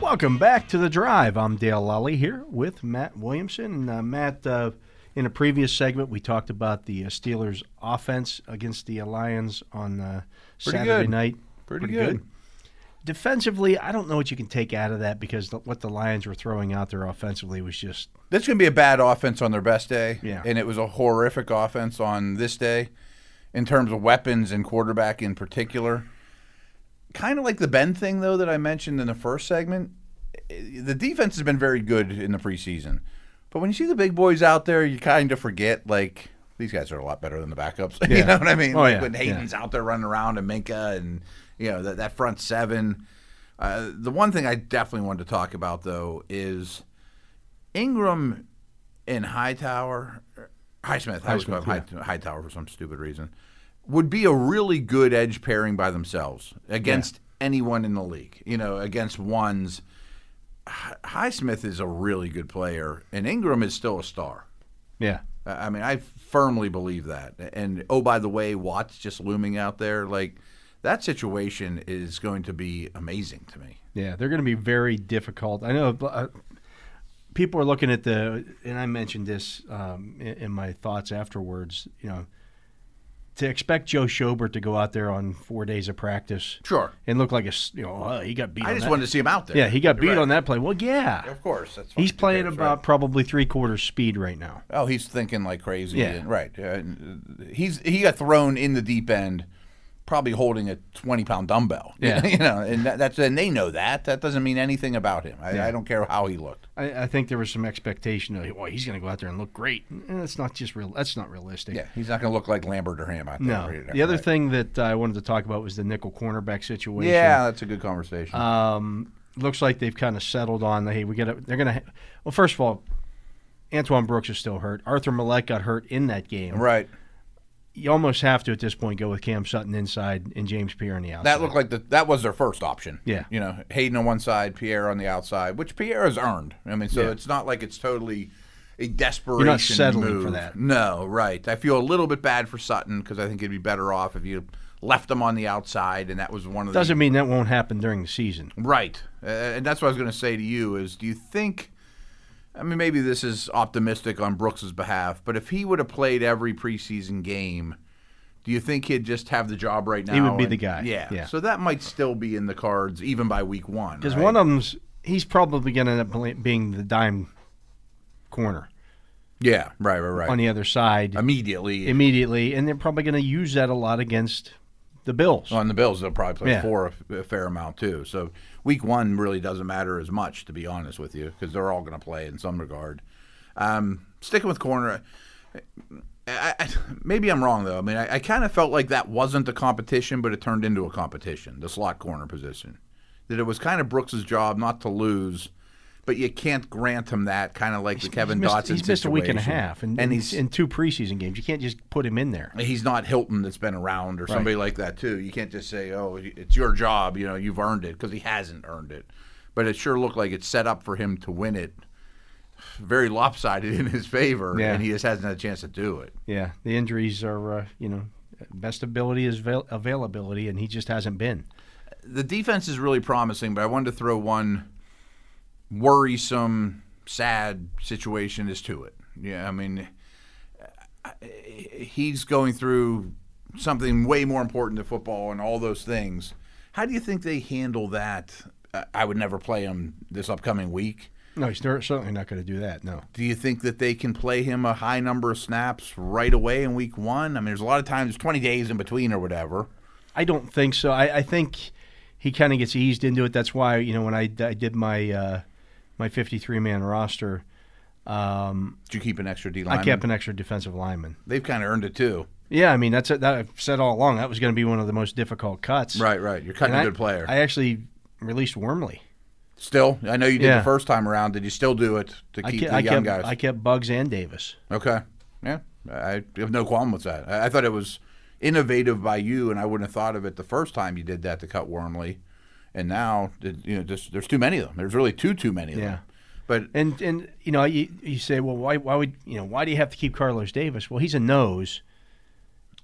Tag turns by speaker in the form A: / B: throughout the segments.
A: Welcome back to the drive. I'm Dale Lally here with Matt Williamson. And, uh, Matt, uh, in a previous segment, we talked about the uh, Steelers' offense against the Lions on uh,
B: Pretty
A: Saturday
B: good.
A: night.
B: Pretty, good.
A: Defensively, I don't know what you can take out of that because the, what the Lions were throwing out there offensively was just
B: That's going to be a bad offense on their best day.
A: Yeah.
B: And it was a horrific offense on this day in terms of weapons and quarterback in particular. Kind of like the Ben thing, though, that I mentioned in the first segment. eh, The defense has been very good in the preseason. But when you see the big boys out there, you kind of forget, like, these guys are a lot better than the backups. you know what I mean?
A: Oh,
B: like
A: yeah,
B: when Hayden's out there running around and Minka and, you know, that, that front seven. Uh, the one thing I definitely wanted to talk about, though, is – Ingram and Hightower, uh, Highsmith, I was
A: Highsmith,
B: Highsmith, High, Hightower for some stupid reason, would be a really good edge pairing by themselves against anyone in the league. You know, against ones. Hi- Highsmith is a really good player, and Ingram is still a star.
A: yeah.
B: I I mean, I firmly believe that. And oh, by the way, Watt's just looming out there. Like that situation is going to be amazing to me.
A: Yeah, they're going to be very difficult. I know uh, people are looking at the, and I mentioned this um, in, in my thoughts afterwards. You know, to expect Joe Schobert to go out there on four days of practice
B: Sure,
A: and look like a, s- you know, oh, he got beat.
B: I
A: on
B: just
A: that.
B: wanted to see him out there.
A: Yeah, he got beat
B: Right.
A: on that play. Well, yeah,
B: Of course, that's
A: he's
B: fine.
A: playing
B: That's right.
A: about probably three quarters speed right now.
B: Oh, he's thinking like crazy.
A: Yeah.
B: and- right. Uh, and he's he got thrown in the deep end, probably holding a twenty pound dumbbell.
A: Yeah.
B: you know, and that, that's and they know that. That doesn't mean anything about him. I, I don't care how he looked.
A: I, I think there was some expectation of, well, he's going to go out there and look great. And that's not just real. That's not realistic.
B: Yeah, he's not going to look like Lambert or him. I think.
A: No.
B: Right.
A: The other
B: Right.
A: thing that I wanted to talk about was the nickel cornerback situation.
B: Yeah, that's a good conversation.
A: Um, looks like they've kind of settled on. Hey, we got. to They're gonna. Well, first of all, Antoine Brooks is still hurt. Arthur Millette got hurt in that game.
B: right.
A: You almost have to at this point go with Cam Sutton inside and James Pierre on the outside.
B: That looked like the that was their first option.
A: Yeah.
B: You know, Hayden on one side, Pierre on the outside, which Pierre has earned. I mean, so
A: Yeah.
B: it's not like it's totally a desperation
A: settling
B: move.
A: for that.
B: No, right. I feel a little bit bad for Sutton because I think he'd be better off if you left him on the outside, and that was one of the
A: doesn't mean that won't happen during the season.
B: Right, uh, and that's what I was going to say to you is, do you think? I mean, maybe this is optimistic on Brooks's behalf, but if he would have played every preseason game, do you think he'd just have the job right now?
A: He would be
B: and-
A: the guy.
B: Yeah.
A: Yeah.
B: So that might still be in the cards even by week one.
A: Because
B: right?
A: one of them's he's probably going to end up bla- being the dime corner
B: yeah, right, right,
A: on
B: right.
A: the other side
B: Immediately
A: immediately, and they're probably going to use that a lot against the Bills.
B: on the Bills, they'll probably play
A: Yeah.
B: four a, a fair amount too. So week one really doesn't matter as much, to be honest with you, because they're all going to play in some regard. Um, sticking with corner, I, I, maybe I'm wrong though. I mean, I, I kind of felt like that wasn't a competition, but it turned into a competition. The slot corner position, that it was kind of Brooks's job not to lose. But you can't grant him that kind of like the Kevin
A: he's
B: Dotson
A: missed, he's missed a week and a
B: situation.
A: half, and,
B: and he's
A: in two preseason games. You can't just put him in there.
B: he's not Hilton that's been around or somebody like that too. You can't just say, "Oh, it's your job," you know, you've earned it because he hasn't earned it. But it sure looked like it's set up for him to win it, very lopsided in his favor,
A: Yeah.
B: and he just hasn't had a chance to do it.
A: Yeah, the injuries are, uh, you know, best ability is avail- availability, and he just hasn't been.
B: the defense is really promising, but I wanted to throw one worrisome, sad situation is to it. Yeah, I mean, uh, he's going through something way more important than football and all those things. How do you think they handle that? Uh, I would never play him this upcoming week.
A: No, he's ner- certainly not going to do that. No.
B: Do you think that they can play him a high number of snaps right away in week one? I mean, there's a lot of times, 20 days in between or whatever.
A: I don't think so. I, I think he kind of gets eased into it. That's why you know when I, I did my uh, my fifty three man roster, Um,
B: Did you keep an extra D line?
A: I kept an extra defensive lineman.
B: They've kind of earned it too.
A: Yeah, I mean that's that I've said all along. That was going to be one of the most difficult cuts.
B: Right, right. You're cutting
A: And
B: a
A: I-
B: good player.
A: I actually released Wormley.
B: still, I know you did
A: Yeah.
B: the first time around. Did you still do it to
A: I,
B: keep
A: ke-
B: the
A: I
B: young
A: kept
B: guys?
A: I kept Bugs and Davis.
B: Okay. Yeah. I I have no qualm with that. I, I thought it was innovative by you, and I wouldn't have thought of it the first time you did that to cut Wormley. And now, it- you know, just there's too many of them. There's really too too many of
A: Yeah.
B: them. But
A: And and you know you, you say well why why would you know why do you have to keep Carlos Davis? Well, he's a nose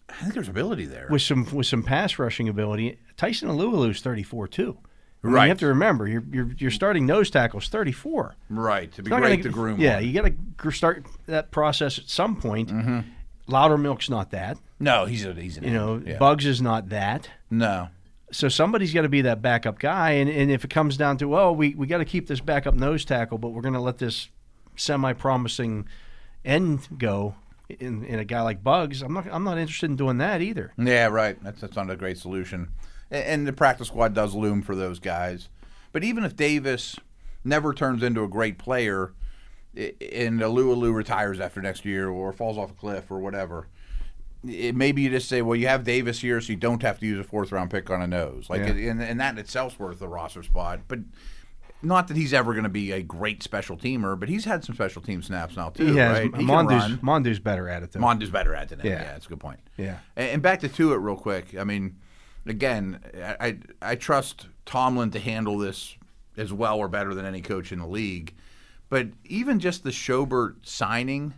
B: I think there's ability there.
A: with some with some pass rushing ability. Tyson Alualu's thirty four too. I mean,
B: Right.
A: You have to remember your your your starting nose tackles thirty four.
B: right. It'd be
A: Not
B: great
A: gonna-
B: to groom.
A: Yeah,
B: one.
A: you got to start that process at some point. Loudermilk's not that.
B: No, he's a, he's an
A: You know,
B: yeah.
A: Bugs is not that.
B: no.
A: So somebody's got to be that backup guy. And, and if it comes down to, oh, we, we got to keep this backup nose tackle, but we're going to let this semi promising end go in, in a guy like Bugs, I'm not, I'm not interested in doing that either.
B: Yeah, right. That's that's not a great solution. A- And the practice squad does loom for those guys. But even if Davis never turns into a great player, i- and Alualu retires after next year or falls off a cliff or whatever, it, maybe you just say, well, you have Davis here, so you don't have to use a fourth round pick on a nose. Like,
A: Yeah.
B: and, and that in itself's worth a roster spot. But not that he's ever going to be a great special teamer, but he's had some special team snaps now too.
A: He has,
B: right? He can run.
A: Mondu's, Mondu's better at it, though.
B: Mondo's better at it. than him.
A: Yeah.
B: yeah, that's a good point.
A: Yeah.
B: A- And, back to Tuitt real quick. I mean, again, I, I I trust Tomlin to handle this as well or better than any coach in the league. But even just the Schobert signing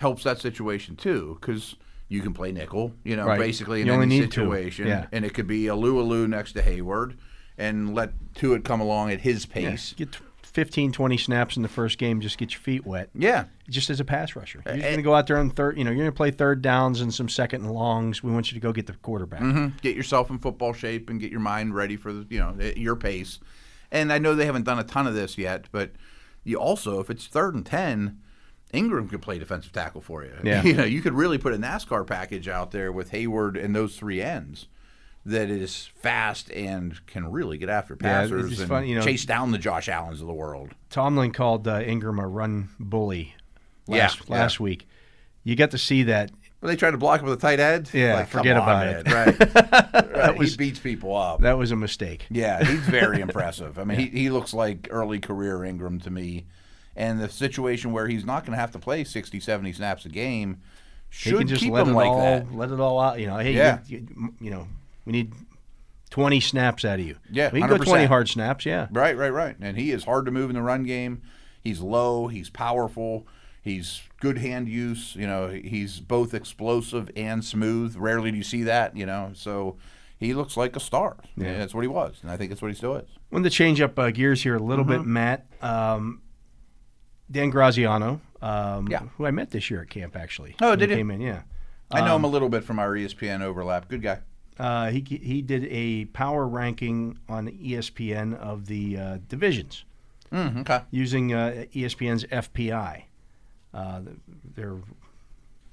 B: helps that situation too, because you can play nickel, you know,
A: Right.
B: basically in
A: You only
B: any
A: need two.
B: situation,
A: Yeah.
B: and it could be a Lualu next to Hayward, and let Tuitt come along at his pace.
A: Get 15, 20 snaps in the first game, just get your feet wet.
B: yeah.
A: just as a pass rusher. You're
B: Eh,
A: going to go out there on third. You know, you're going to play third downs and some second and longs. We want you to go get the quarterback.
B: get yourself in football shape and get your mind ready for the, you know at your pace. And I know they haven't done a ton of this yet, but you also if it's third and ten, Ingram could play defensive tackle for you.
A: Yeah.
B: You know, you could really put a NASCAR package out there with Hayward and those three ends that is fast and can really get after
A: Yeah, it's
B: passers
A: just
B: and
A: fun, you know.
B: chase down the Josh Allens of the world.
A: Tomlin called uh, Ingram a run bully
B: Yeah,
A: last last week. You got to see that.
B: But they tried to block him with a tight end.
A: Yeah,
B: Like, come
A: forget
B: on,
A: about it.
B: man, Right. right.
A: was-
B: he beats people up.
A: That was a mistake.
B: Yeah, he's very impressive. I mean, he, he looks like early career Ingram to me. And the situation where he's not going to have to play 60, 70 snaps a game
A: He
B: should
A: can just
B: keep
A: let
B: him
A: it
B: like
A: all
B: that.
A: let it all out. You know, hey,
B: Yeah.
A: you, you, you know, we need twenty snaps out of you.
B: Yeah,
A: we can go twenty
B: 100%.
A: hard snaps. Yeah,
B: Right, right, right. And he is hard to move in the run game. He's low. He's powerful. He's good hand use. You know, he's both explosive and smooth. Rarely do you see that. You know, so he looks like a star. Yeah, that's what he was, and I think that's what he still is.
A: Wanted to change up uh, gears here a little bit,
B: Mm-hmm.
A: Matt. Um, Dan Graziano, um,
B: Yeah.
A: who I met this year at camp actually.
B: Oh,
A: When he
B: did you?
A: Came in, yeah.
B: I know him a
A: Um,
B: little bit from our E ESPN overlap. Good guy.
A: Uh, he he did a power ranking on E ESPN of the uh, divisions
B: Mm, okay.
A: using uh, ESPN's FPI. Uh, their,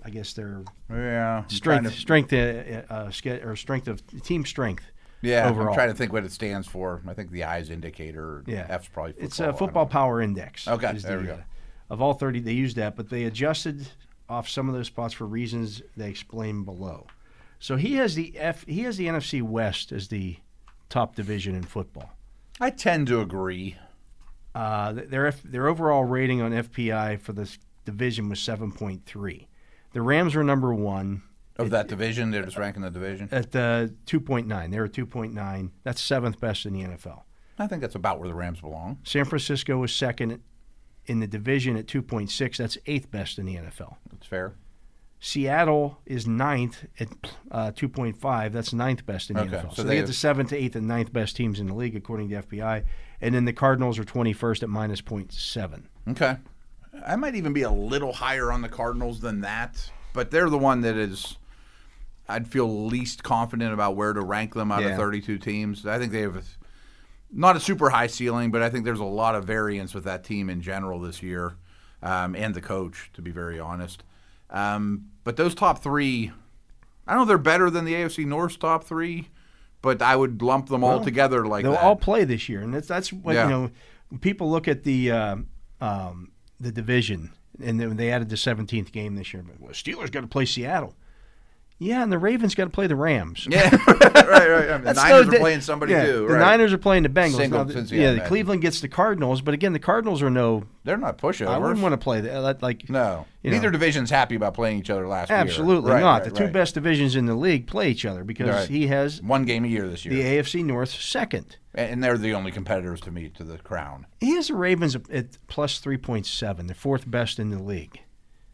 A: I guess their
B: Yeah. I'm trying
A: strength
B: to-
A: strength uh, uh, ske- or strength of team strength.
B: Yeah,
A: overall.
B: I'm trying to think what it stands for. I think the I's indicator.
A: Yeah,
B: F's probably football.
A: It's
B: I
A: a
B: don't
A: football
B: know.
A: power index.
B: Okay,
A: is
B: there
A: the,
B: we go.
A: uh, Of all thirty, they used that, but they adjusted off some of those spots for reasons they explain below. So he has the F. He has the NFC West as the top division in football.
B: I tend to agree.
A: Uh, th- their F- their overall rating on FPI for this division was seven point three. The Rams were number one
B: Of that division, they're just ranking the division.
A: at uh, two point nine. They were two point nine. That's seventh best in the NFL.
B: I think that's about where the Rams belong.
A: San Francisco was second in the division at two point six. That's eighth best in the NFL.
B: That's fair.
A: Seattle is ninth at uh, 2.5. That's ninth best in the
B: Okay,
A: NFL. So,
B: so
A: they,
B: they
A: get
B: have-
A: the seventh, eighth, and ninth best teams in the league, according to FBI. And then the Cardinals are 21st at minus 0.7.
B: Okay. I might even be a little higher on the Cardinals than that, but they're the one that is. I'd feel least confident about where to rank them out
A: Yeah.
B: of 32 teams. I think they have not a super high ceiling, but I think there's a lot of variance with that team in general this year, um, and the coach, to be very honest. Um, but those top three, I don't know if they're better than the AFC North's top three, but I would lump them all together like
A: They'll
B: that.
A: all play this year, and that's that's what
B: Yeah.
A: you know. When people look at uh, the um um, the division and then they added the 17th game this year. But well, Steelers got to play Seattle. Yeah, and the Ravens got to play the Rams.
B: Yeah, right, right. I mean, the
A: That's
B: Niners
A: no
B: are
A: di-
B: playing somebody
A: yeah,
B: too.
A: The
B: right.
A: Niners are playing the Bengals.
B: Single
A: Now, the-
B: since the
A: yeah, the
B: automatic.
A: Cleveland gets the Cardinals, but again, the Cardinals are no.
B: They're not pushovers.
A: I wouldn't want to play that. Like
B: No,
A: you
B: neither
A: know.
B: division's happy about playing each other last year.
A: absolutely
B: Right,
A: not.
B: right,
A: the two
B: right.
A: best divisions in the league play each other because
B: Right.
A: he has
B: one game a year this
A: the
B: year,
A: AFC North second.
B: and they're the only competitors to meet to the crown.
A: He has the Ravens at plus three point seven, the fourth best in the league.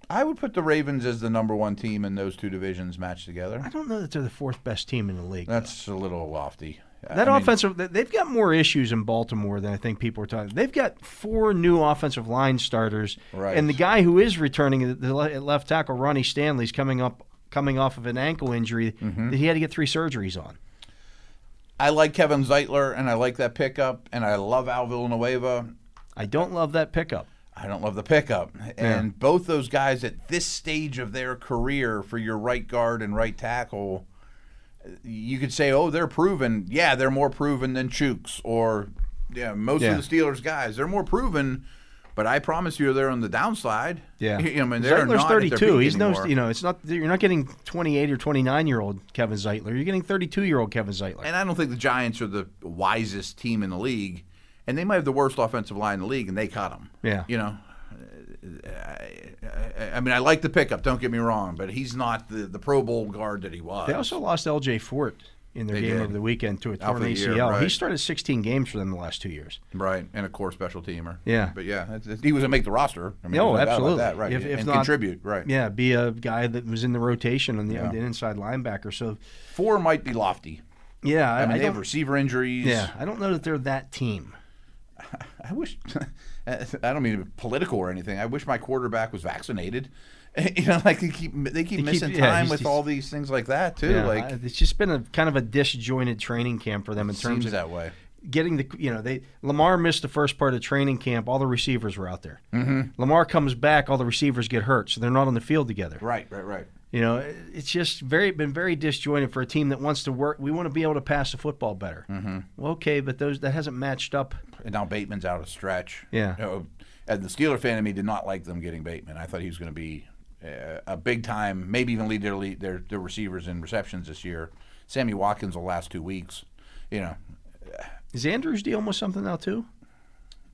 B: I would put the Ravens as the number one team in those two divisions matched
A: I
B: together.
A: don't know that they're the fourth best team in the league.
B: That's a little lofty. Uh, I
A: That
B: mean,
A: offensive, th- they've got more issues in Baltimore than I think people are talking. They've got four new offensive line starters,
B: Right.
A: and the guy who is returning at the le- at left tackle, Ronnie Stanley's coming up, coming off of an ankle injury
B: Mm-hmm.
A: that he had to get three surgeries on.
B: I like Kevin Zeitler, and I like that pickup, and I love Al Villanueva.
A: I don't love that pickup.
B: I don't love the pickup. And both those guys at this stage of their career for your right guard and right tackle, you could say, oh, they're proven. Yeah, they're more proven than Chooks or yeah, most
A: Yeah.
B: of the Steelers guys. They're more proven, but I promise you they're on the downside.
A: Yeah,
B: You know, I mean, they're
A: Zeitler's
B: not at their
A: 32.
B: peak
A: He's no,
B: anymore.
A: you know, it's not. You're not getting 28 or 29 year old Kevin Zeitler. You're getting 32 year old Kevin Zeitler.
B: And I don't think the Giants are the wisest team in the league, and they might have the worst offensive line in the league, and they caught them.
A: Yeah.
B: you know. I, I mean, I like the pickup. Don't get me wrong, but he's not the, the Pro Bowl guard that he was.
A: They also lost L.J. Fort in their
B: They
A: game
B: did.
A: over the weekend to a
B: Out for
A: torn
B: the year,
A: ACL. He
B: right.
A: started 16 games for them the last two years.
B: right, and a core special teamer.
A: Yeah.
B: but yeah, it's- it's- he was gonna make the roster. I mean,
A: Oh,
B: there's no doubt about
A: absolutely.
B: that, right?
A: If- if
B: and
A: not-
B: contribute, right?
A: Yeah, be a guy that was in the rotation on the, on the inside linebacker. So,
B: Four might be lofty.
A: yeah, I,
B: I mean,
A: I
B: they have
A: don't-
B: receiver injuries.
A: yeah, I don't know that they're that team.
B: I wish I don't mean to be political or anything. I wish my quarterback was vaccinated. You know, like they keep they keep
A: keep-
B: missing
A: yeah,
B: time
A: he's-
B: with
A: he's-
B: all these things like that too.
A: Yeah,
B: like
A: I- it's just been a kind of a disjointed training camp for them in terms
B: seems
A: of
B: that way.
A: getting the you know they Lamar missed the first part of training camp. All the receivers were out there. Mm-hmm. Lamar comes back, all the receivers get hurt, so they're not on the field together.
B: Right, right, right.
A: You know, it- it's just very been very disjointed for a team that wants to work. We want to be able to pass the football better. Mm-hmm. Well, okay, but those that hasn't matched up.
B: And now Bateman's out of stretch.
A: Yeah.
B: You know, and the Steeler fan in me did not like them getting Bateman. I thought he was going to be uh, a big time, maybe even lead their lead, their their receivers in receptions this year. Sammy Watkins the last two weeks, you know,
A: Is Andrews dealing with something now too?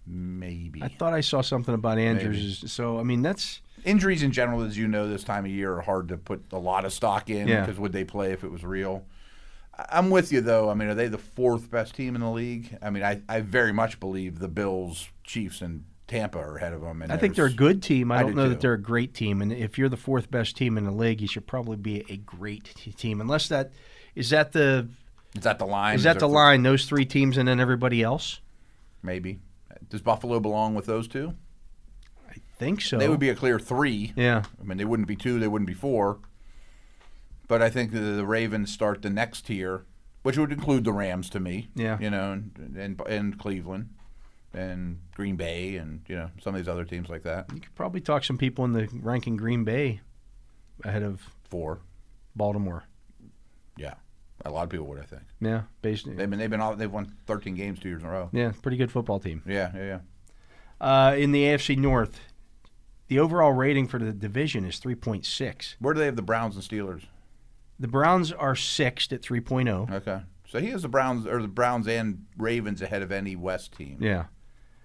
B: maybe
A: I thought I saw something about Andrews. So I mean, that's
B: injuries in general, as you know, this time of year are hard to put a lot of stock in
A: Yeah.
B: because would they play if it was real? I- I'm with you though. I mean, are they the fourth best team in the league? I mean, I, I very much believe the Bills, Chiefs, and Tampa are ahead of them. And
A: I think they're a
B: there's-
A: good team. I,
B: I
A: don't
B: do
A: know
B: too.
A: that they're a great team. And if you're the fourth best team in the league, you should probably be a great t- team. Unless that is that the
B: Is that the line?
A: is that
B: there
A: the
B: four-
A: line? Those three teams and then everybody else.
B: Maybe. Does Buffalo belong with those two?
A: I think so.
B: They would be a clear three.
A: Yeah.
B: I mean, they wouldn't be two. They wouldn't be four. But I think the, the Ravens start the next tier, which would include the Rams to me.
A: Yeah.
B: You know, and and, and Cleveland, and Green Bay, and you know some of these other teams like that.
A: You could probably talk some people in the ranking Green Bay ahead of
B: Four.
A: Baltimore.
B: Yeah. A lot of people would, I think.
A: Yeah, based.
B: I mean, they've been all, they've won 13 games two years in a row.
A: Yeah, pretty good football team.
B: Yeah, yeah, yeah.
A: Uh, in the AFC North, the overall rating for the division is 3.6.
B: Where do they have the Browns and Steelers?
A: The Browns are sixth at oh. 3.0.
B: Okay. So he has the Browns or the Browns and Ravens ahead of any West team.
A: Yeah.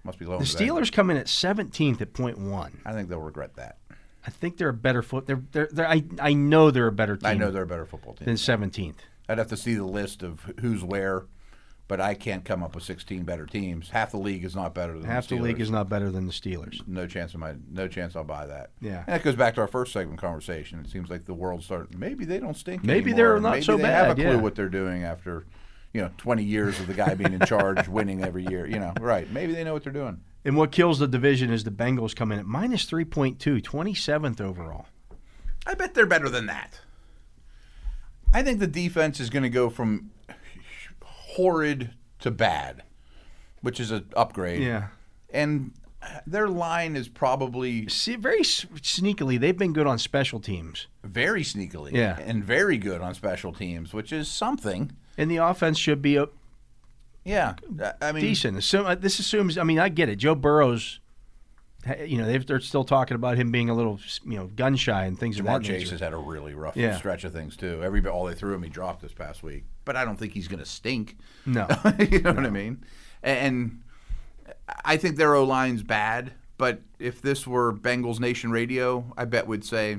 B: Must be low.
A: The
B: in Vegas.
A: Steelers come in at 17th at point one.
B: I think they'll regret that.
A: I think they're a better foot. They're, they're, they're I, I know they're a better team
B: I know they're a better football team.
A: than 17th.
B: I'd have to see the list of who's where, but I can't come up with 16 better teams. Half the league is not better than
A: Half
B: the,
A: the
B: Steelers.
A: league is not better than the Steelers.
B: No chance of my no chance I'll buy that.
A: Yeah.
B: and that goes back to our first segment conversation. It seems like the world's starting. Maybe they don't stink.
A: Maybe
B: anymore.
A: they're not
B: maybe
A: so
B: they
A: bad,
B: Have a clue
A: yeah.
B: what they're doing after, you know, 20 years of the guy being in charge, winning every year. You know, right? Maybe they know what they're doing.
A: And what kills the division is the Bengals come in at minus 3.2, 27th overall.
B: I bet they're better than that. I think the defense is going to go from horrid to bad, which is an upgrade.
A: Yeah.
B: And their line is probably
A: See, very s- sneakily, they've been good on special teams.
B: very sneakily
A: Yeah.
B: and very good on special teams, which is something.
A: And the offense should be uh,
B: Yeah. I- I mean,
A: decent. Assume, uh, this assumes, I mean, I get it. Joe Burrow's you know, they've, they're still talking about him being a little, you know, gun shy and things of
B: Jamar
A: that
B: Chase
A: nature.
B: has had a really rough
A: Yeah.
B: stretch of things too. Every all they threw him, he dropped this past week. But I don't think he's going to stink.
A: No.
B: you know what I mean. And I think their O line's bad. But if this were Bengals Nation Radio, I bet would say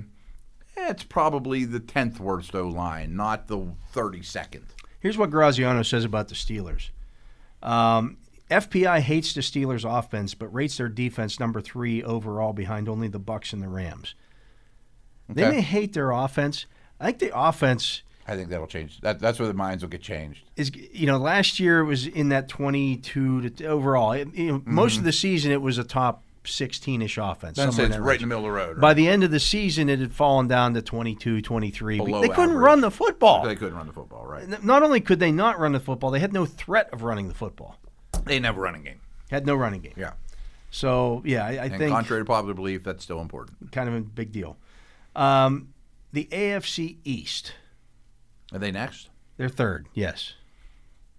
B: eh, it's probably the tenth worst O line, not the thirty second.
A: Here's what Graziano says about the Steelers. Um, FPI hates the Steelers' offense, but rates their defense number three overall, behind only the Bucks and the Rams. They
B: Okay.
A: may hate their offense. I think the offense
B: I think that'll change. That, that's where the minds will get changed.
A: is, you know, last year it was in that 22 to overall. It- you know, Most of the season it was a top 16-ish offense.
B: Mm-hmm. Then
A: somewhere in
B: it's
A: that
B: right
A: range.
B: in the middle of the road.
A: By the end of the season, it had fallen down to 22, 23.
B: Below
A: they couldn't
B: average.
A: run the football.
B: they couldn't run the football, right?
A: N- Not only could they not run the football, they had no threat of running the football.
B: They never run a game.
A: Had no running game.
B: Yeah.
A: So yeah, I, I
B: And
A: think
B: contrary to popular belief, that's still important.
A: kind of a big deal. Um, the AFC East,
B: Are they next?
A: they're third, yes.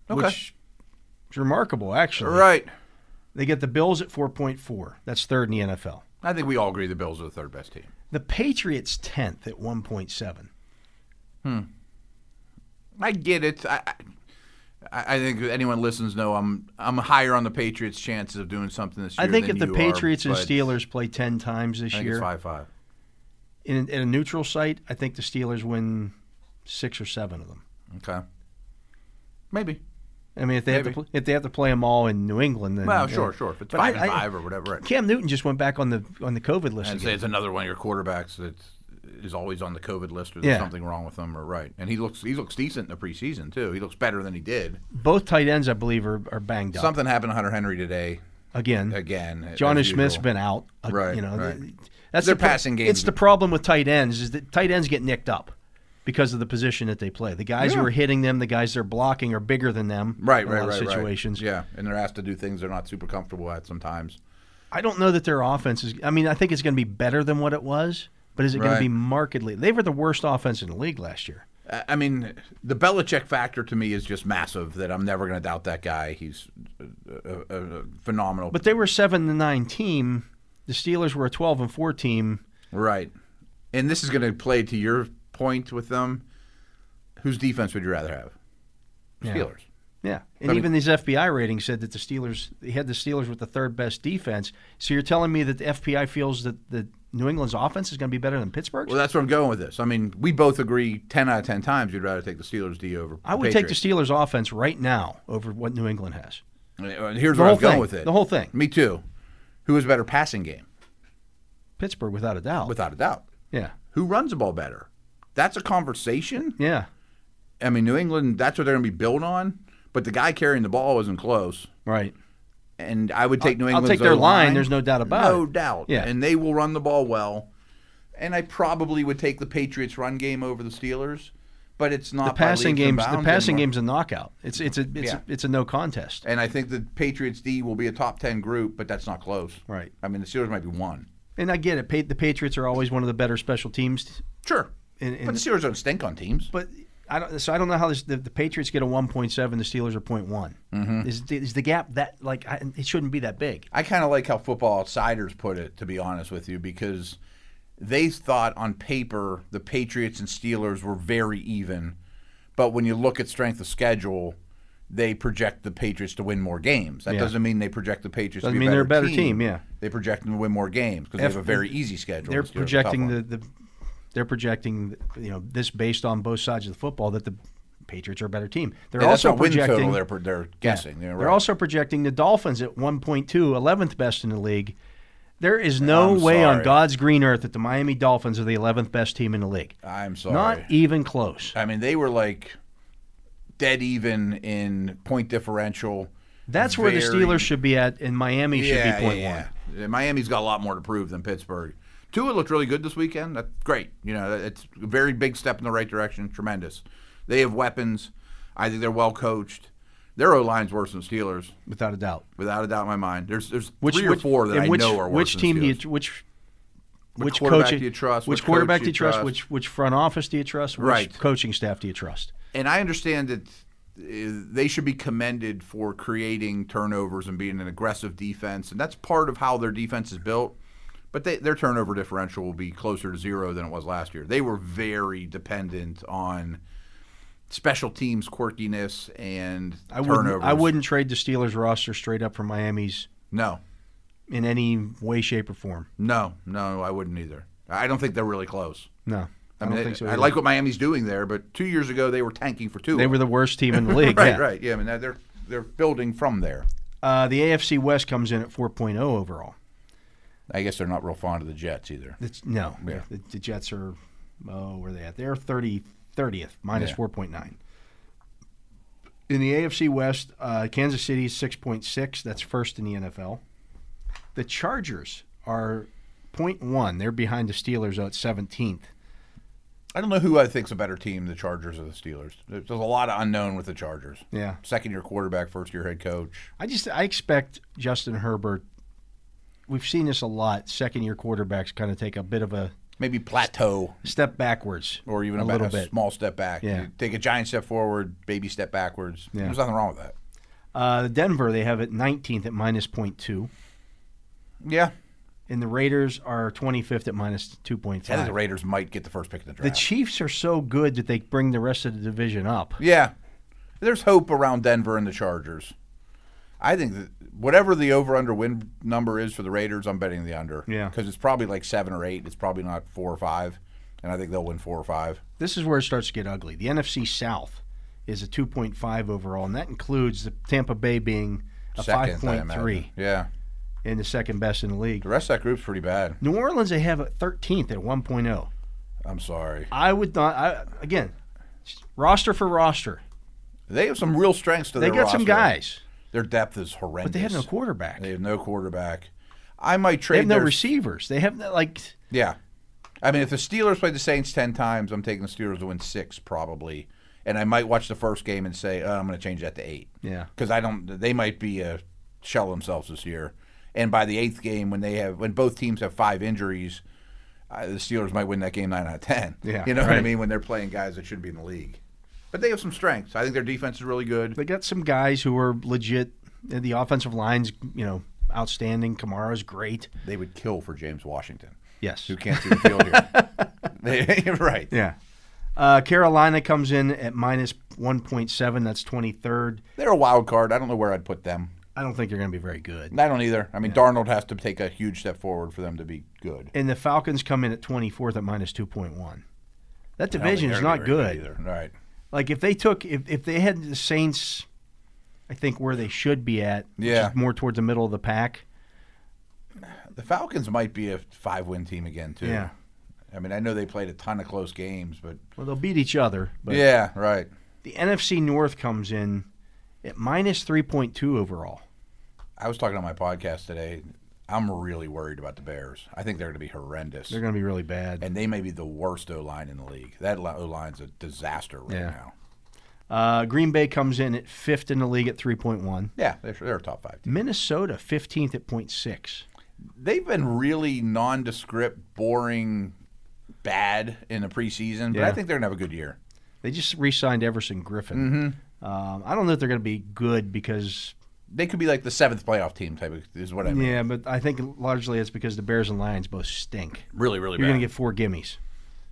B: Okay.
A: Which is remarkable, actually.
B: Right.
A: They get the Bills at four point four. That's third in the NFL.
B: I think we all agree the Bills are the third best team.
A: The Patriots tenth at one point seven.
B: I get it. I, I, I think anyone listens know I'm I'm higher on the Patriots' chances of doing something this year.
A: I think if
B: than
A: the
B: you are,
A: Patriots and
B: but
A: Steelers play ten times this
B: I think it's
A: year
B: five five.
A: in, in a neutral site, I think the Steelers win six or seven of them.
B: Okay. Maybe.
A: I mean, if they have to
B: Maybe.
A: pl- if they have to play them all in New England, then
B: Well,
A: yeah.
B: sure, sure. If it's
A: But
B: five
A: I-
B: and
A: I-
B: five or whatever, it,
A: Cam Newton just went back on the on the COVID list again.
B: and say it's another one of your quarterbacks that is always on the COVID list or there's
A: Yeah.
B: something wrong with him or right. And he looks he looks decent in the preseason too. He looks better than he did.
A: Both tight ends, I believe, are, are banged up
B: Something happened to Hunter Henry today
A: again.
B: again.
A: Johnny
B: as
A: Smith's
B: usual.
A: been out. uh,
B: Right,
A: You know,
B: right.
A: th- that's
B: Their
A: the pro-
B: passing game-
A: It's the problem with tight ends is that tight ends get nicked up because of the position that they play. The guys who
B: Yeah.
A: are hitting them, the guys they're blocking, are bigger than them.
B: Right,
A: in
B: right,
A: a lot
B: right,
A: of
B: right.
A: situations.
B: Yeah, and they're asked to do things they're not super comfortable at sometimes.
A: I don't know that their offense is. I mean, I think it's going to be better than what it was, but is it going
B: Right.
A: to be markedly? They were the worst offense in the league last year.
B: I I mean, the Belichick factor to me is just massive. That I'm never going to doubt that guy. He's a, a, a phenomenal.
A: But they were a seven to nine team. The Steelers were a twelve and four team.
B: right, and this is going to play to your point with them. Whose defense would you rather have?
A: Yeah.
B: Steelers.
A: Yeah, and
B: I mean-
A: even these FBI ratings said that the Steelers they had the Steelers with the third best defense. So you're telling me that the FBI feels that the New England's offense is going to be better than Pittsburgh's?
B: Well, that's where I'm going with this. I mean, we both agree ten out of ten times you'd rather take the Steelers D over.
A: I would
B: the
A: take the Steelers offense right now over what New England has.
B: Steelers. Uh, Here's
A: The
B: where
A: whole
B: I'm going
A: thing.
B: with it.
A: The whole thing.
B: Me too. Who has a better passing game?
A: Pittsburgh, without a doubt.
B: Without a doubt.
A: yeah,
B: Who runs the ball better? That's a conversation.
A: yeah,
B: I mean, New England, that's what they're going to be built on. But the guy carrying the ball wasn't close.
A: right.
B: And I would take New
A: I'll
B: England.
A: take their line, there's no doubt about
B: No
A: it.
B: doubt.
A: Yeah.
B: And they will run the ball well. And I probably would take the Patriots run game over the Steelers, but it's not
A: The
B: by
A: passing
B: leaps and
A: games. The
B: bounds
A: passing
B: anymore.
A: game's a knockout. It's it's a it's
B: Yeah.
A: a, it's a no contest.
B: And I think the Patriots D will be a top ten group, but that's not close.
A: Right.
B: I mean, the Steelers might be one.
A: And I get it. Pa- The Patriots are always one of the better special teams,
B: Sure.
A: And- and-
B: but the Steelers don't stink on teams.
A: but. I don't, so I don't know how this, the, the Patriots get a 1.7, the Steelers are 0.1.
B: Mm-hmm.
A: Is, the, is the gap that like I, it shouldn't be that big?
B: I kind of like how football outsiders put it, to be honest with you, because they thought on paper the Patriots and Steelers were very even, but when you look at strength of schedule, they project the Patriots to win more games. That
A: Yeah.
B: doesn't mean they project the Patriots.
A: Doesn't
B: to
A: mean
B: be a
A: they're
B: better
A: a better team, yeah.
B: they project them to win more games because they
A: F-
B: have a very easy schedule.
A: they're
B: Steelers have a tough
A: projecting
B: one.
A: the, the they're projecting you know this based on both sides of the football that the Patriots are a better team. They're
B: Yeah, that's
A: also
B: not win
A: projecting
B: total. They're, pro- they're
A: Yeah.
B: guessing.
A: They're,
B: They're, right.
A: also projecting the Dolphins at 1.2, 11th best in the league. There is no
B: I'm
A: way on
B: sorry.
A: God's green earth that the Miami Dolphins are the 11th best team in the league.
B: I'm sorry.
A: Not even close.
B: I mean, they were like dead even in point differential.
A: That's where the
B: Very-
A: Steelers should be at, and Miami should be point one.
B: yeah. Miami's got a lot more to prove than Pittsburgh. Tua looked really good this weekend. That's great. You know, that- it's a very big step in the right direction. Tremendous. They have weapons. I think they're well coached. Their O line's worse than Steelers,
A: without a doubt.
B: without a doubt in my mind. There's there's
A: Which,
B: three
A: which
B: or four that
A: and
B: I
A: which,
B: know are worse.
A: Which
B: than
A: team do you
B: Steelers.
A: tr- which which
B: quarterback
A: coach
B: do you
A: Which,
B: trust? Which coach
A: quarterback
B: do
A: do you
B: you
A: trust?
B: trust?
A: Which which front office do you trust? Which
B: Right.
A: coaching staff do you trust?
B: And I understand that uh, they should be commended for creating turnovers and being an aggressive defense, and that's part of how their defense is built. But they, their turnover differential will be closer to zero than it was last year. They were very dependent on special teams quirkiness and
A: I
B: turnovers.
A: wouldn't, I wouldn't trade the Steelers roster straight up for Miami's
B: No,
A: in any way, shape, or form.
B: no, no. I wouldn't either. I don't think they're really close.
A: No. I,
B: I, mean,
A: don't
B: I,
A: think so.
B: I
A: either.
B: like what Miami's doing there, but two years ago they were tanking for two.
A: they were the worst team in the league.
B: right,
A: yeah.
B: right. Yeah, I mean they're they're building from there.
A: Uh, the AFC West comes in at 4.0 overall.
B: I guess they're not real fond of the Jets either.
A: It's, no,
B: Yeah.
A: the, the Jets are, oh, where are they at? They're 30, 30th, minus
B: Yeah.
A: 4.9. In the AFC West, uh, Kansas City is 6.6. That's first in the NFL. The Chargers are 0.1. They're behind the Steelers at 17th.
B: I don't know who I think's a better team, the Chargers or the Steelers. There's there's a lot of unknown with the Chargers.
A: Yeah.
B: Second year quarterback, first year head coach.
A: I just I expect Justin Herbert. We've seen this a lot. Second year quarterbacks kind of take a bit of a
B: Maybe plateau
A: step backwards,
B: or even
A: a
B: a, ba-
A: little
B: a
A: bit.
B: small step back.
A: Yeah.
B: You take a giant step forward, baby step backwards.
A: Yeah.
B: There's nothing wrong with that.
A: Uh, Denver they have it 19th at minus 0.2,
B: Yeah.
A: and the Raiders are 25th at minus 2.5.
B: I think the Raiders might get the first pick in the
A: The
B: draft.
A: Chiefs are so good that they bring the rest of the division up.
B: Yeah. There's hope around Denver and the Chargers. I think that whatever the over under win number is for the Raiders, I'm betting the under.
A: Yeah.
B: Because it's probably like seven or eight. It's probably not four or five. And I think they'll win four or five.
A: This is where it starts to get ugly. The NFC South is a 2.5 overall, and that includes the Tampa Bay being a
B: Second, I imagine.
A: 5.3
B: Yeah.
A: and the second best in the league.
B: The rest of that group's pretty bad.
A: New Orleans they have at 13th at 1.0.
B: I'm sorry.
A: I would not. I, again, roster for roster,
B: They have some real strengths to
A: they
B: their
A: got some
B: roster.
A: guys,
B: Their depth is horrendous.
A: but they have no quarterback.
B: They
A: They,
B: have no quarterback. I might trade
A: have no
B: their-
A: receivers. They have no, like
B: Yeah. I mean, if the Steelers play the Saints 10 times, I'm taking the Steelers to win six, probably. And I might watch the first game and say, oh, I'm going to change that to eight.
A: yeah.
B: Because I don't, they might be a shell themselves this year. And by the eighth game, when they have, when both teams have five injuries, uh, the Steelers might win that game nine out of 10.
A: Yeah,
B: You know what I
A: right.
B: mean? When they're playing guys that shouldn't be in the league. But they have some strengths. I think their defense is really good.
A: They got some guys who are legit. and The offensive lines, you know, outstanding. Kamara's great.
B: They would kill for James Washington,
A: Yes.
B: who can't see the field here. They- right.
A: Yeah. Uh, Carolina comes in at minus 1.7. That's 23rd.
B: They're a wild card. I don't know where I'd put them.
A: I don't think they're going to be very good.
B: I don't either. I mean, Darnold has to take a huge step forward for them to be good.
A: And the Falcons come in at 24th at minus 2.1. That
B: I don't think
A: division is
B: they're
A: not
B: gonna be very
A: good.
B: either. Right.
A: Like if they took if, if they had the Saints, I think where they should be at, which is
B: Yeah.
A: more towards the middle of the pack.
B: The Falcons might be a five-win team again too.
A: Yeah.
B: I mean, I know they played a ton of close games, but,
A: Well, they'll beat each other, but
B: yeah, right.
A: the NFC North comes in at minus three point two overall.
B: I was talking on my podcast today. I'm really worried about the Bears. I think they're going to be horrendous,
A: They're going to be really bad.
B: and they may be the worst O line in the league. That O line's a disaster right
A: Yeah.
B: now.
A: Uh, Green Bay comes in at fifth in the league at three point one.
B: Yeah, they're, they're a top five. Team.
A: Minnesota fifteenth at point six.
B: They've been really nondescript, boring, bad in the preseason, but I
A: Yeah.
B: think they're going to have a good year.
A: They just re-signed Everson Griffin. Um, I don't know if they're going to be good because
B: They could be like the seventh playoff team type of is what I mean.
A: yeah, but I think largely it's because the Bears and Lions both stink.
B: Really, really
A: You're
B: bad.
A: going to get four gimmies.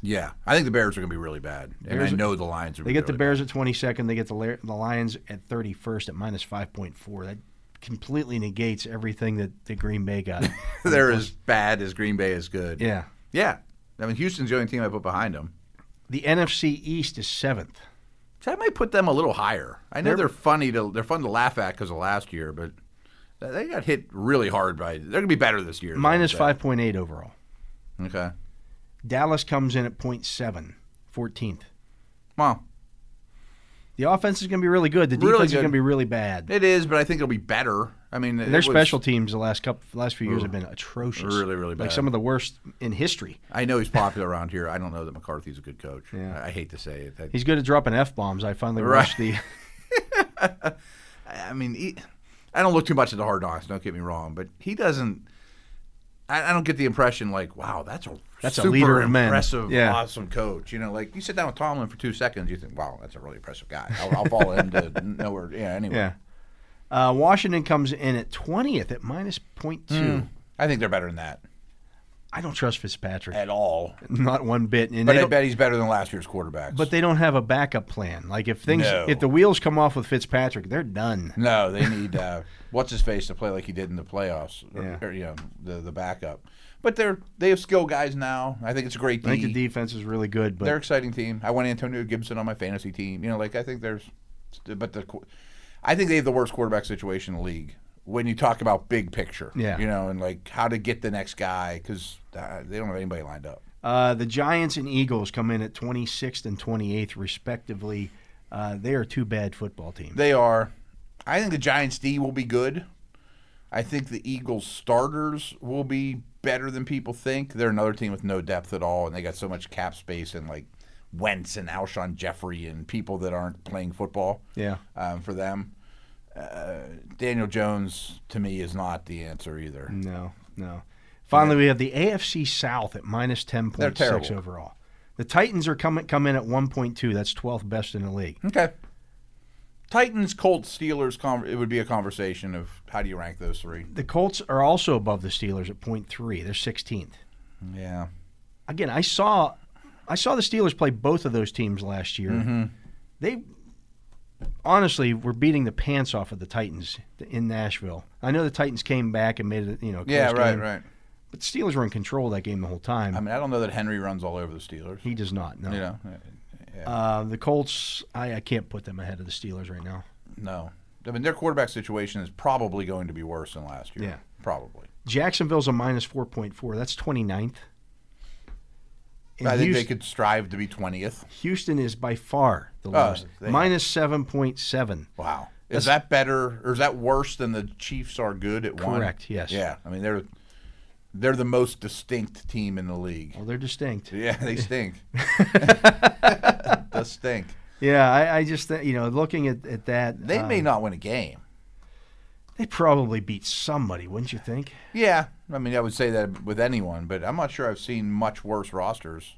B: yeah, I think the Bears are going to be really bad, and I
A: Bears-
B: know the Lions. Are
A: They get the
B: really
A: Bears at 22nd. They get the, La- the Lions at 31st at minus 5.4. That completely negates everything that the Green Bay got.
B: bad. They're as bad as Green Bay is good.
A: yeah.
B: yeah. I mean, Houston's the only team I put behind them.
A: The NFC East is seventh.
B: So I might put them a little higher. I know they're,
A: They're-
B: funny to they're fun to laugh at because of last year, but they got hit really hard by. They're going to be better this year. is what I'm
A: Minus
B: saying.
A: 5.8 overall.
B: Okay.
A: Dallas comes in at 0.7, 14th.
B: Well,
A: The offense is going to be really good. The defense
B: Really
A: is
B: good.
A: going to be really bad.
B: it is, but I think it'll be better. I mean,
A: And
B: it
A: their
B: was-
A: special teams the last couple, last few years have been atrocious.
B: Really, really bad.
A: Like some of the worst in history.
B: I know he's popular around here. I don't know that McCarthy's a good coach.
A: Yeah.
B: I, I hate to say it. I-
A: He's good at dropping f bombs. I finally
B: Right.
A: watched the.
B: I mean, he, I don't look too much at the hard knocks. Don't get me wrong, but he doesn't. I, I don't get the impression like, wow, that's a
A: That's a
B: super
A: leader of men.
B: impressive,
A: Yeah.
B: awesome coach. You know, like you sit down with Tomlin for two seconds, you think, wow, that's a really impressive guy. I'll, I'll follow him to nowhere. Yeah, anyway.
A: Yeah. Uh, Washington comes in at 20th at minus 0.2.
B: Hmm. I think they're better than that.
A: I don't trust Fitzpatrick
B: at all.
A: not one bit. And
B: But
A: they
B: I
A: don't-
B: bet he's better than last year's quarterbacks.
A: But they don't have a backup plan. Like if things,
B: No.
A: if the wheels come off with Fitzpatrick, they're done.
B: no, they need uh, what's his face to play like he did in the playoffs, or,
A: Yeah.
B: or, you know the the backup. But they're they have skill guys now. I think it's a great
A: I
B: team.
A: think the defense is really good,
B: they're
A: but
B: exciting team. I want Antonio Gibson on my fantasy team. You know, like I think there's, but the, qu- I think they have the worst quarterback situation in the league when you talk about big picture.
A: Yeah.
B: you know, and like how to get the next guy because uh, they don't have anybody lined up.
A: uh, the Giants and Eagles come in at 26th and 28th respectively. Uh, they are two bad football teams.
B: They are. I think the Giants D will be good. I think the Eagles starters will be better than people think. They're another team with no depth at all, and they got so much cap space and like Wentz and Alshon Jeffrey and people that aren't playing football.
A: Yeah.
B: um, for them. Uh, Daniel Jones to me is not the answer either.
A: No, no. Finally, we have the AFC South at minus 10.6
B: terrible.
A: overall. The Titans are coming come in at 1.2. That's 12th best in the league.
B: Okay. Titans, Colts, Steelers. Con- it would be a conversation of how do you rank those three?
A: The Colts are also above the Steelers at 0.3. They're 16th. Mm,
B: Yeah.
A: again, I saw I saw the Steelers play both of those teams last year.
B: Mm-hmm.
A: They honestly were beating the pants off of the Titans in Nashville. I know the Titans came back and made it, you know, a close
B: Yeah. Right.
A: game,
B: Right.
A: But the Steelers were in control of that game the whole time.
B: I mean, I don't know that Henry runs all over the Steelers.
A: he does not. No.
B: You know.
A: Uh, the Colts, I, I can't put them ahead of the Steelers right now.
B: No. I mean, their quarterback situation is probably going to be worse than last year.
A: Yeah.
B: Probably.
A: Jacksonville's a minus 4.4. That's 29th. And
B: I think
A: Houston,
B: they could strive to be twentieth.
A: Houston is by far the lowest.
B: they-
A: Minus 7.7.
B: Wow. Is that better or is that worse than the Chiefs are good at one?
A: Correct, yes.
B: Yeah. I mean they're they're the most distinct team in the league.
A: Well, they're distinct.
B: Yeah, they stink. they stink.
A: Yeah, I, I just th- you know looking at, at that,
B: They
A: uh,
B: may not win a game.
A: they probably beat somebody, wouldn't you think?
B: Yeah. I mean I would say that with anyone, but I'm not sure I've seen much worse rosters.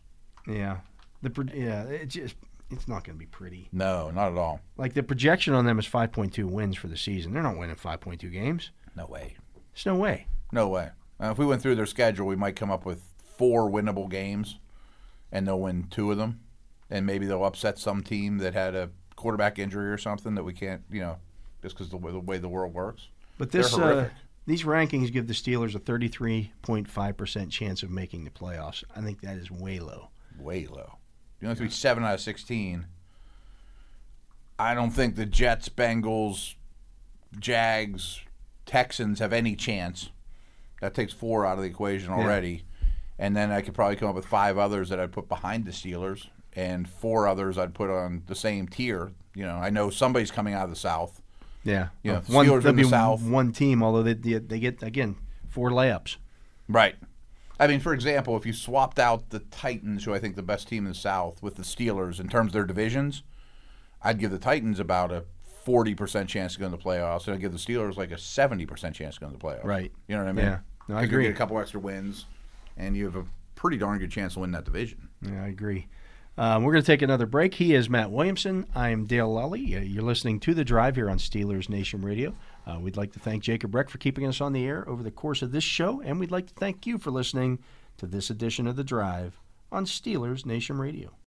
A: Yeah, the pro- yeah, it just it's not going to be pretty.
B: No, not at all.
A: Like the projection on them is 5.2 wins for the season. They're not winning 5.2 games.
B: No way.
A: There's no way.
B: No way. Uh, if we went through their schedule, we might come up with four winnable games, and they'll win two of them, and maybe they'll upset some team that had a quarterback injury or something that we can't, you know, just because the, way- the way the world works.
A: But
B: They're
A: this uh,
B: horrific.
A: these rankings give the Steelers a 33.5 percent chance of making the playoffs. I think that is way low.
B: Way low. You only have to be seven out of sixteen. I don't think the Jets, Bengals, Jags, Texans have any chance. That takes four out of the equation already. And then I could probably come up with five others that I'd put behind the Steelers and four others I'd put on the same tier. You know, I know somebody's coming out of the South.
A: Yeah,
B: Yeah,
A: Uh, one,
B: Steelers in
A: there'll
B: the
A: be
B: South.
A: one team, although they they they get again four layups.
B: Right. I mean, for example, if you swapped out the Titans, who I think the best team in the South, with the Steelers in terms of their divisions, I'd give the Titans about a forty percent chance to go in the playoffs, and I'd give the Steelers like a seventy percent chance to go in the playoffs.
A: Right.
B: You know what I mean?
A: Yeah. No, I
B: 'Cause you'll
A: agree.
B: Get a couple extra wins, and you have a pretty darn good chance to win that division.
A: Yeah, I agree. Um, we're going to take another break. He is Matt Williamson. I am Dale Lally. Uh, You're listening to The Drive here on Steelers Nation Radio. Uh, we'd like to thank Jacob Breck for keeping us on the air over the course of this show, and we'd like to thank you for listening to this edition of The Drive on Steelers Nation Radio.